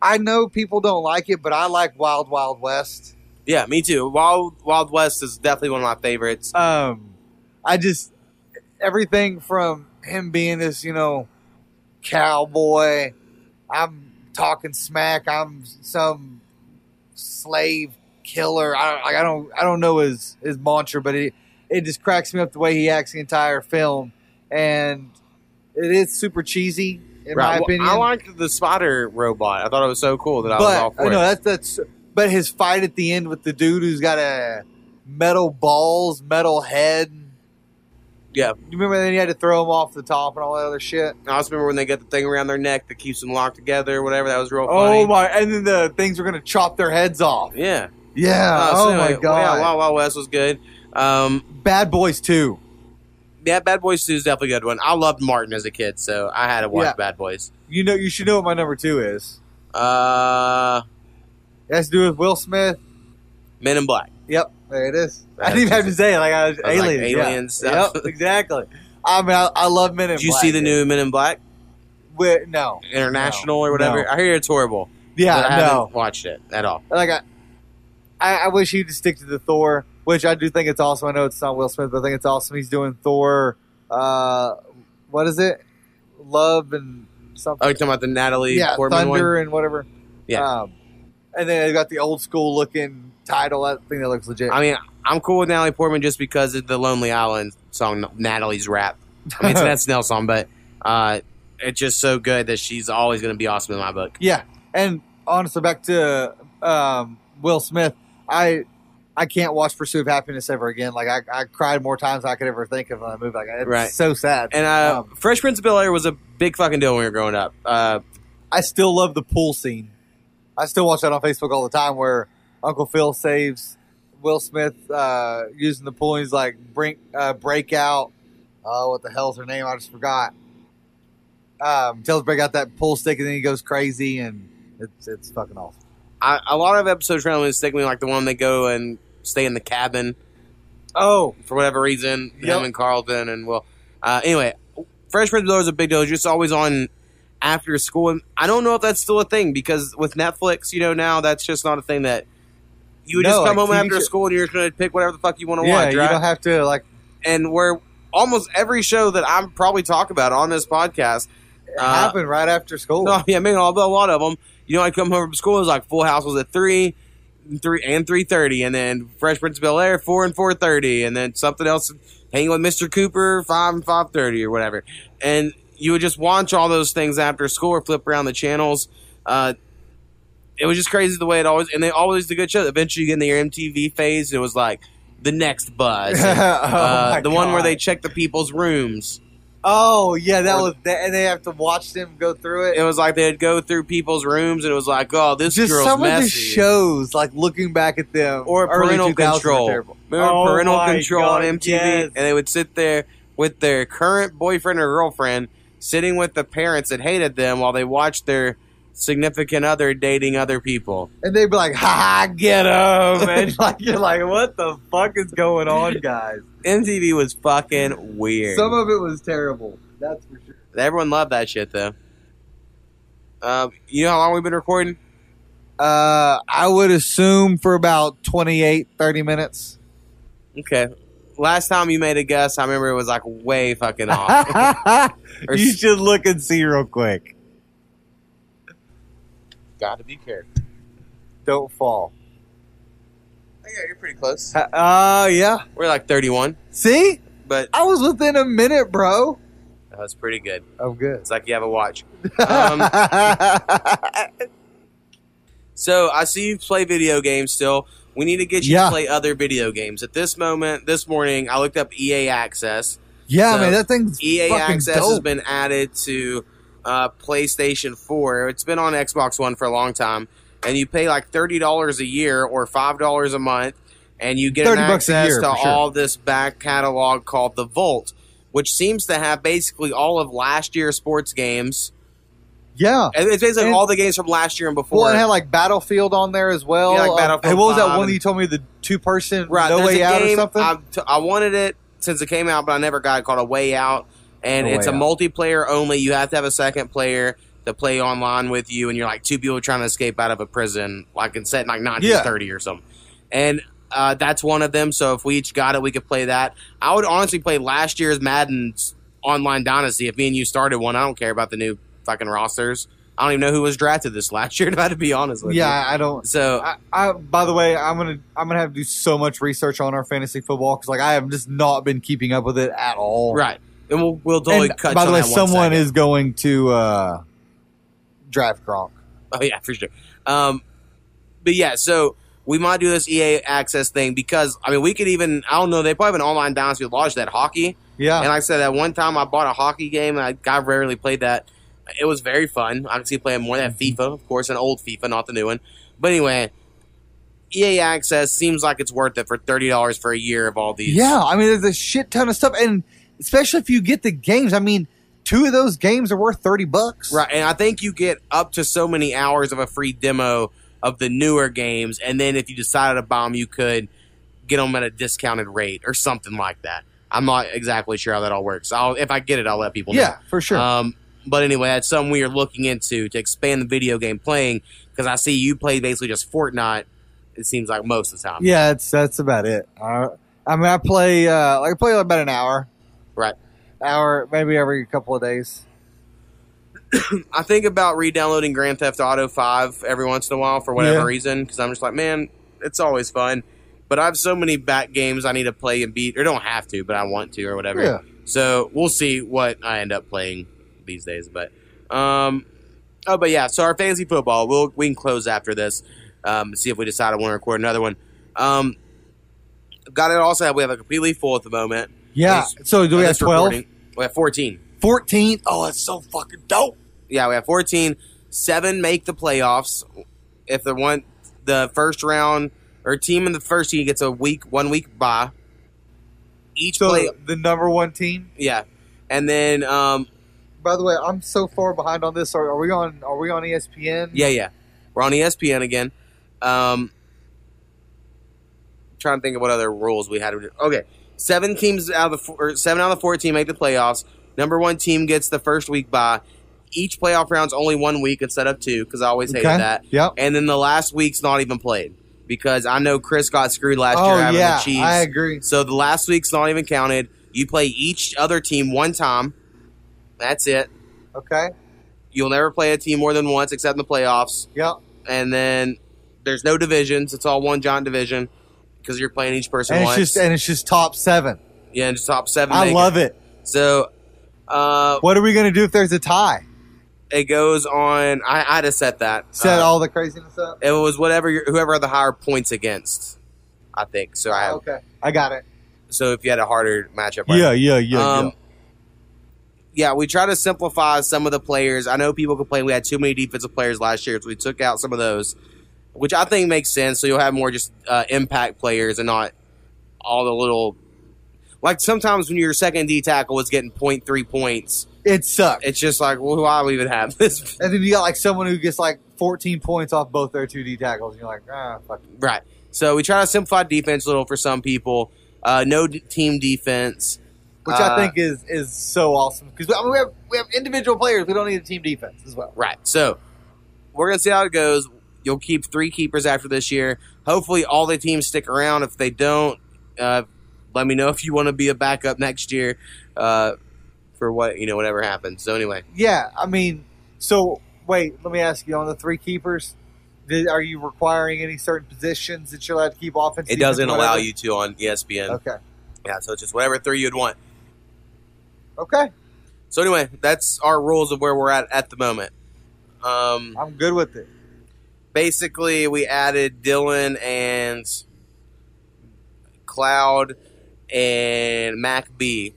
S6: I know people don't like it, but I like Wild Wild West.
S2: Yeah, me too. Wild Wild West is definitely one of my favorites.
S6: Um I just everything from him being this, you know, cowboy, I'm talking smack, I'm some slave killer. I don't like, I don't I don't know his his mantra, but it it just cracks me up the way he acts the entire film and it is super cheesy in my
S2: Right. Well,
S6: opinion.
S2: I liked the spider robot. I thought it was so cool that I was
S6: but
S2: all for
S6: I
S2: it.
S6: know that's that's. But his fight at the end with the dude who's got a metal balls, metal head.
S2: Yeah.
S6: you remember then he had to throw him off the top and all that other shit.
S2: I also remember when they got the thing around their neck that keeps them locked together or whatever. That was real funny.
S6: Oh my! And then the things were gonna chop their heads off.
S2: Yeah.
S6: Yeah.
S2: Uh, so
S6: oh
S2: anyway,
S6: my god.
S2: Yeah, Wild Wild West was good. Um,
S6: Bad Boys Two.
S2: yeah, Bad Boys 2 is definitely a good one. I loved Martin as a kid, so I had to watch
S6: Yeah.
S2: Bad Boys.
S6: You know, you should know what my number two is.
S2: Uh,
S6: It has to do with Will Smith.
S2: Men in Black.
S6: Yep, there it is. I
S2: That
S6: didn't even have
S2: was-
S6: to say it. Like I was,
S2: I was like,
S6: aliens. yeah.
S2: alien stuff.
S6: Yep, exactly. I mean, I, I love Men in
S2: Did you
S6: Black,
S2: see the
S6: dude.
S2: new Men in Black
S6: Wi- no.
S2: International or whatever?
S6: No.
S2: I hear it's horrible.
S6: Yeah.
S2: but I
S6: no.
S2: haven't watched it at all.
S6: like I, I, I wish he'd stick to the Thor, which I do think it's awesome. I know it's not Will Smith, but I think it's awesome. He's doing Thor. Uh, what is it? Love and
S2: Oh,
S6: something.
S2: you're Oh, talking about the Natalie
S6: yeah,
S2: Portman
S6: thunder and whatever.
S2: one? Yeah.
S6: Um, and then they got the old school looking title. I think that looks legit.
S2: I mean, I'm cool with Natalie Portman just because of the Lonely Island song, Natalie's rap. I mean, it's an SNL song, but uh, it's just so good that she's always going to be awesome in my book.
S6: Yeah, and honestly, back to um, Will Smith, I I can't watch Pursuit of Happiness ever again. Like I, I cried more times than I could ever think of on that movie. Like it's
S2: Right.
S6: so sad.
S2: And uh,
S6: Um,
S2: Fresh Prince of Bel Air was a big fucking deal when we were growing up. Uh,
S6: I still love the pool scene. I still watch that on Facebook all the time, where Uncle Phil saves Will Smith uh, using the pool. And he's like, "Bring uh, breakout." Oh, what the hell's her name? I just forgot. Um, tells breakout that pool stick, and then he goes crazy, and it's it's fucking awful.
S2: I, a lot of episodes trying to stick with me, like the one they go and stay in the cabin
S6: Oh,
S2: for whatever reason.
S6: Yep.
S2: Him and Carlton and Will. Uh, anyway, Fresh Prince of Bel Air was a big deal. It was just always on after school. And I don't know if that's still a thing because with Netflix, you know, now that's just not a thing that you would
S6: No,
S2: just come
S6: like
S2: home
S6: TV
S2: after
S6: show-
S2: school and you're just going to pick whatever the fuck you want to
S6: yeah,
S2: watch,
S6: you
S2: right?
S6: don't have to like.
S2: and where almost every show that I'm probably talk about on this podcast,
S6: It
S2: Uh,
S6: happened right after school. Oh
S2: no, yeah, I mean, a lot of them. You know, I come home from school. It was like Full House was at three, three and three thirty, and then Fresh Prince of Bel Air four and four thirty, and then something else, hanging with Mr. Cooper five and five thirty or whatever. And you would just watch all those things after school or flip around the channels. Uh, it was just crazy the way it always, and they always the good shows. Eventually, you get in your MTV phase. It was like the next buzz. and,
S6: Oh,
S2: uh,
S6: my
S2: the one where
S6: God.
S2: they check the people's rooms.
S6: Oh yeah, that
S2: Or-
S6: was that, and they have to watch them go through it.
S2: it was like they'd go through people's rooms and it was like, oh, this
S6: Just
S2: girl's
S6: some
S2: messy.
S6: of the shows, like looking back at them,
S2: Or
S6: early
S2: parental
S6: 2000s were
S2: control.
S6: terrible.
S2: Remember
S6: Oh
S2: parental
S6: my
S2: control
S6: God,
S2: on MTV,
S6: yes.
S2: and they would sit there with their current boyfriend or girlfriend, sitting with the parents that hated them while they watched their significant other dating other people.
S6: and they'd be like, "Ha ha, get them!" And like you're like, "What the fuck is going on, guys?"
S2: MTV was fucking weird.
S6: Some of it was terrible. That's for sure.
S2: Everyone loved that shit though. Um, you know how long we've been recording?
S6: Uh, I would assume for about 28, 30 minutes.
S2: Okay. Last time you made a guess, I remember it was like way fucking off. Or
S6: you
S2: s-
S6: should look and see real quick.
S2: Gotta be careful.
S6: Don't fall.
S2: Yeah, you're pretty close.
S6: Uh, yeah.
S2: We're like 31,
S6: See,
S2: but
S6: I was within a minute, bro.
S2: That was pretty good.
S6: I'm good.
S2: It's like you have a watch. Um, so I see you play video games still. We need to get you
S6: Yeah.
S2: to play other video games. At this moment, this morning, I looked up EA Access.
S6: yeah,
S2: So,
S6: man, that thing's
S2: EA
S6: fucking
S2: Access has
S6: dope.
S2: been added to uh, PlayStation 4. It's been on Xbox One for a long time. And you pay like $30 a year or $5 a month, and you get an
S6: 30 bucks a
S2: access
S6: year,
S2: to
S6: for sure.
S2: all this back catalog called The Vault, which seems to have basically all of last year's sports games.
S6: yeah.
S2: And It's basically
S6: And-
S2: all the games from last year and before.
S6: Well, it had like Battlefield on there as well.
S2: Yeah, like
S6: Uh,
S2: Battlefield
S6: hey, what was
S2: 5
S6: that one
S2: and-
S6: that you told me the two person
S2: right,
S6: no
S2: there's
S6: way
S2: a
S6: out or
S2: game
S6: something?
S2: I've t- I wanted it since it came out, but I never got it. Called a way out, and
S6: A
S2: it's a
S6: Way Out.
S2: multiplayer only. You have to have a second player to play online with you, and you're like two people trying to escape out of a prison, like in set in like 1930 or something. And uh, that's one of them. So if we each got it, we could play that. I would honestly play last year's Madden's online dynasty if me and you started one. I don't care about the new fucking rosters. I don't even know who was drafted this last year. To be honest with
S6: yeah, I don't.
S2: you, so
S6: I, I, by the way, I'm gonna I'm gonna have to do so much research on our fantasy football because like I have just not been keeping up with it at all.
S2: Right. And we'll, we'll totally
S6: And
S2: cut.
S6: by the way,
S2: on that one
S6: someone
S2: second.
S6: is going to uh, drive Gronk.
S2: Oh yeah, for sure. Um, but yeah, so we might do this EA access thing because I mean we could even I don't know they probably have an online dynasty lodge that hockey.
S6: Yeah,
S2: And like I said, that one time I bought a hockey game and I, I rarely played that. It was very fun. I could see playing more than
S6: Mm-hmm.
S2: FIFA, of course, an old FIFA, not the new one. But anyway, EA access seems like it's worth it for thirty dollars for a year of all these.
S6: yeah. I mean, there's a shit ton of stuff, and especially if you get the games. I mean, two of those games are worth thirty bucks.
S2: Right, and I think you get up to so many hours of a free demo of the newer games, and then if you decided to buy them, you could get them at a discounted rate or something like that. I'm not exactly sure how that all works. I'll, if I get it, I'll let people know.
S6: yeah, for sure.
S2: Um, but anyway, that's something we are looking into to expand the video game playing because I see you play basically just Fortnite. It seems like most of the time.
S6: Yeah, that's that's about it. Uh, I mean, I play uh, like I play about an hour,
S2: Right.
S6: Hour, maybe every couple of days.
S2: I think about re-downloading Grand Theft Auto Five every once in a while for whatever
S6: Yeah.
S2: reason because I'm just like, man, it's always fun. But I have so many back games I need to play and beat, or don't have to, but I want to or whatever.
S6: Yeah.
S2: So we'll see what I end up playing these days. But um, oh, but yeah. So our fantasy football, we'll we can close after this. Um, see if we decide I want to record another one. Um, got it. Also, have- we have a completely full at the moment.
S6: Yeah. So do we
S2: Uh,
S6: have
S2: this
S6: 12?
S2: recording- We have fourteen.
S6: 14? Oh, that's so fucking dope.
S2: Yeah, we have 14. Seven make the playoffs. If the one, the first round or team in the first seed gets a week, one week bye. Each
S6: So
S2: play,
S6: the number one team.
S2: yeah, and then um,
S6: By the way, I'm so far behind on this. Are, are we on? Are we on E ESPN?
S2: yeah, yeah, we're on E ESPN again. Um, trying to think of what other rules we had. to do. Okay, seven teams out of the four, or seven out of the fourteen make the playoffs. Number one team gets the first week bye. Each playoff round's only one week instead of two because I always hated
S6: Okay.
S2: that.
S6: Yep.
S2: And then the last week's not even played because I know Chris got screwed last year
S6: Oh
S2: having
S6: yeah,
S2: the Chiefs.
S6: I agree.
S2: so the last week's not even counted. You play each other team one time. That's it.
S6: Okay.
S2: You'll never play a team more than once except in the playoffs.
S6: Yep.
S2: And then there's no divisions. It's all one giant division because you're playing each person
S6: And it's
S2: once.
S6: just and it's just top seven.
S2: yeah, and just top seven.
S6: I
S2: make
S6: love it.
S2: So uh,
S6: What are we gonna do if there's a tie?
S2: it goes on. I, I had to set that.
S6: Set
S2: Uh,
S6: all the craziness up.
S2: It was whatever your, whoever had the higher points against. I think so. I have
S6: Okay, I got it.
S2: So if you had a harder matchup,
S6: yeah,
S2: Um, yeah, we try to simplify some of the players. I know people complain we had too many defensive players last year, so we took out some of those, which I think makes sense. So you'll have more just uh, impact players and not all the little. Like sometimes when your second D tackle was getting 0.3 points,
S6: It sucked.
S2: it's just like, well, why do we even have this?
S6: and then you got like someone who gets like 14 points off both their two D tackles. And you're like, ah, fuck.
S2: Right. So we try to simplify defense a little for some people. Uh, no d- team defense.
S6: Which
S2: Uh,
S6: I think is is so awesome because I mean, we have we have individual players. We don't need a team defense as well.
S2: Right. So we're gonna see how it goes. You'll keep three keepers after this year. Hopefully, all the teams stick around. If they don't, uh, let me know if you want to be a backup next year uh, for what you know, whatever happens. So anyway,
S6: Yeah, I mean, so wait, let me ask you on the three keepers. Did, are you requiring any certain positions that you're allowed to keep offense?
S2: it
S6: defense,
S2: doesn't allow
S6: whatever?
S2: you to on E ESPN.
S6: Okay.
S2: Yeah, so it's just whatever three you'd want.
S6: Okay.
S2: So anyway, that's our rules of where we're at at the moment. Um,
S6: I'm good with it.
S2: basically we added Dylan and Cloud and Mac B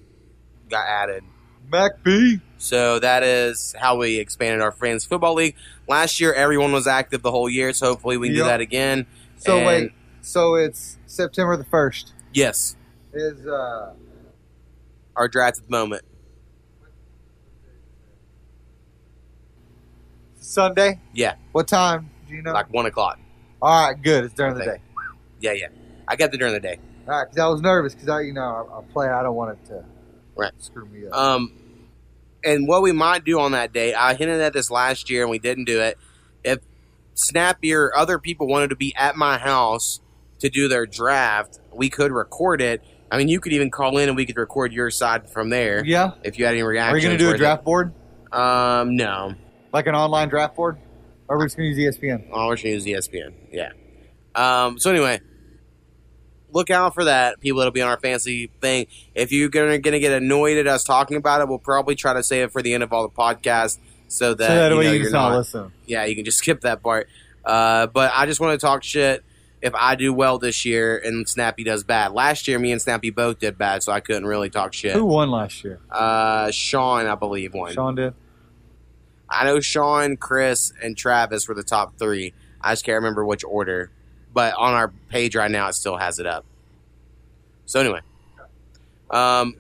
S2: got added.
S6: Mac B.
S2: So that is how we expanded our friends football league. Last year everyone was active the whole year, so hopefully we can
S6: Yep.
S2: do that again.
S6: So
S2: And-
S6: wait, so it's September the first
S2: Yes,
S6: is uh
S2: our draft at the moment.
S6: Sunday.
S2: Yeah.
S6: What time? Do you know?
S2: Like one o'clock.
S6: All right, good. It's during the
S2: Okay.
S6: day.
S2: Yeah, yeah. I got the during the day.
S6: All right, because I was nervous because I, you know, I, I play. I don't want it to
S2: Right.
S6: screw me up.
S2: Um, and what we might do on that day, I hinted at this last year and we didn't do it. If Snappy or other people wanted to be at my house to do their draft, we could record it. I mean, you could even call in and we could record your side from there
S6: yeah.
S2: if you had any
S6: Are
S2: reactions.
S6: you going to do a
S2: with it.
S6: draft board,
S2: Um, no.
S6: like an online draft board, or we're just going to use E ESPN?
S2: Oh, we're going to use ESPN. Yeah. Um, so anyway, look out for that. People that'll be on our fancy thing. If you're gonna gonna get annoyed at us talking about it, we'll probably try to save it for the end of all the podcasts so that,
S6: so that
S2: you
S6: way
S2: know,
S6: you
S2: you're
S6: just not
S2: not.
S6: listen.
S2: yeah, you can just skip that part. Uh, but I just want to talk shit if I do well this year and Snappy does bad. Last year, me and Snappy both did bad, so I couldn't really talk shit.
S6: Who won last year?
S2: Uh, Sean, I believe, won.
S6: Sean did.
S2: I know Sean, Chris, and Travis were the top three. I just can't remember which order. But on our page right now, it still has it up. So anyway, um,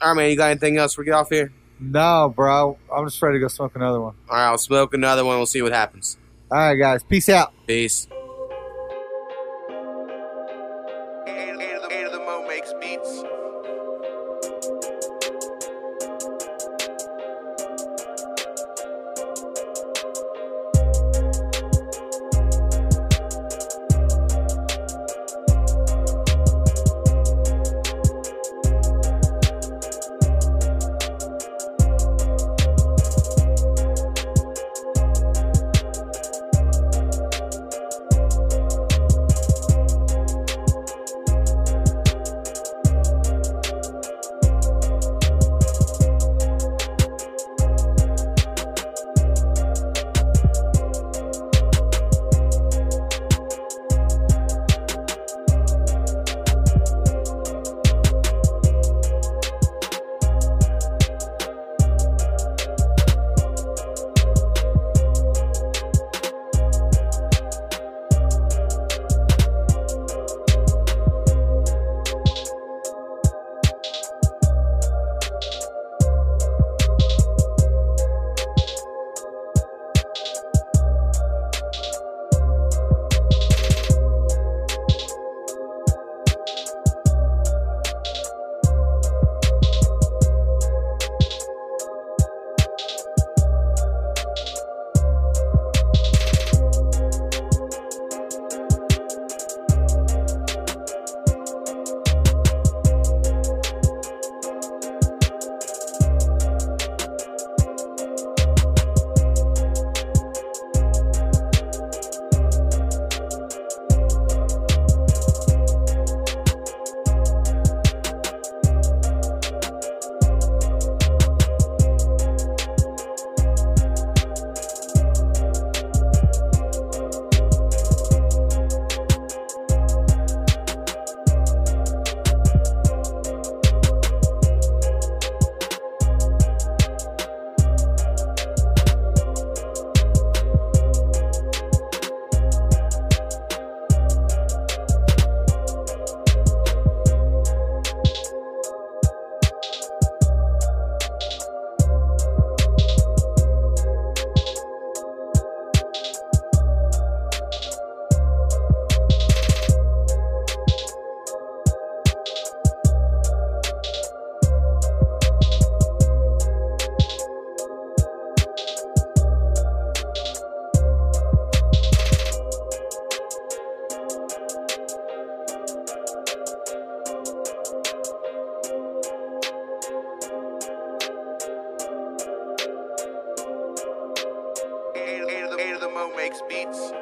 S2: all right, man. You got anything else? We get off here.
S6: No, bro. I'm just ready to go smoke another one.
S2: All right, I'll smoke another one. We'll see what happens.
S6: All right, guys. Peace out.
S2: Peace.
S5: Eight of the, eight of the Mo makes beats.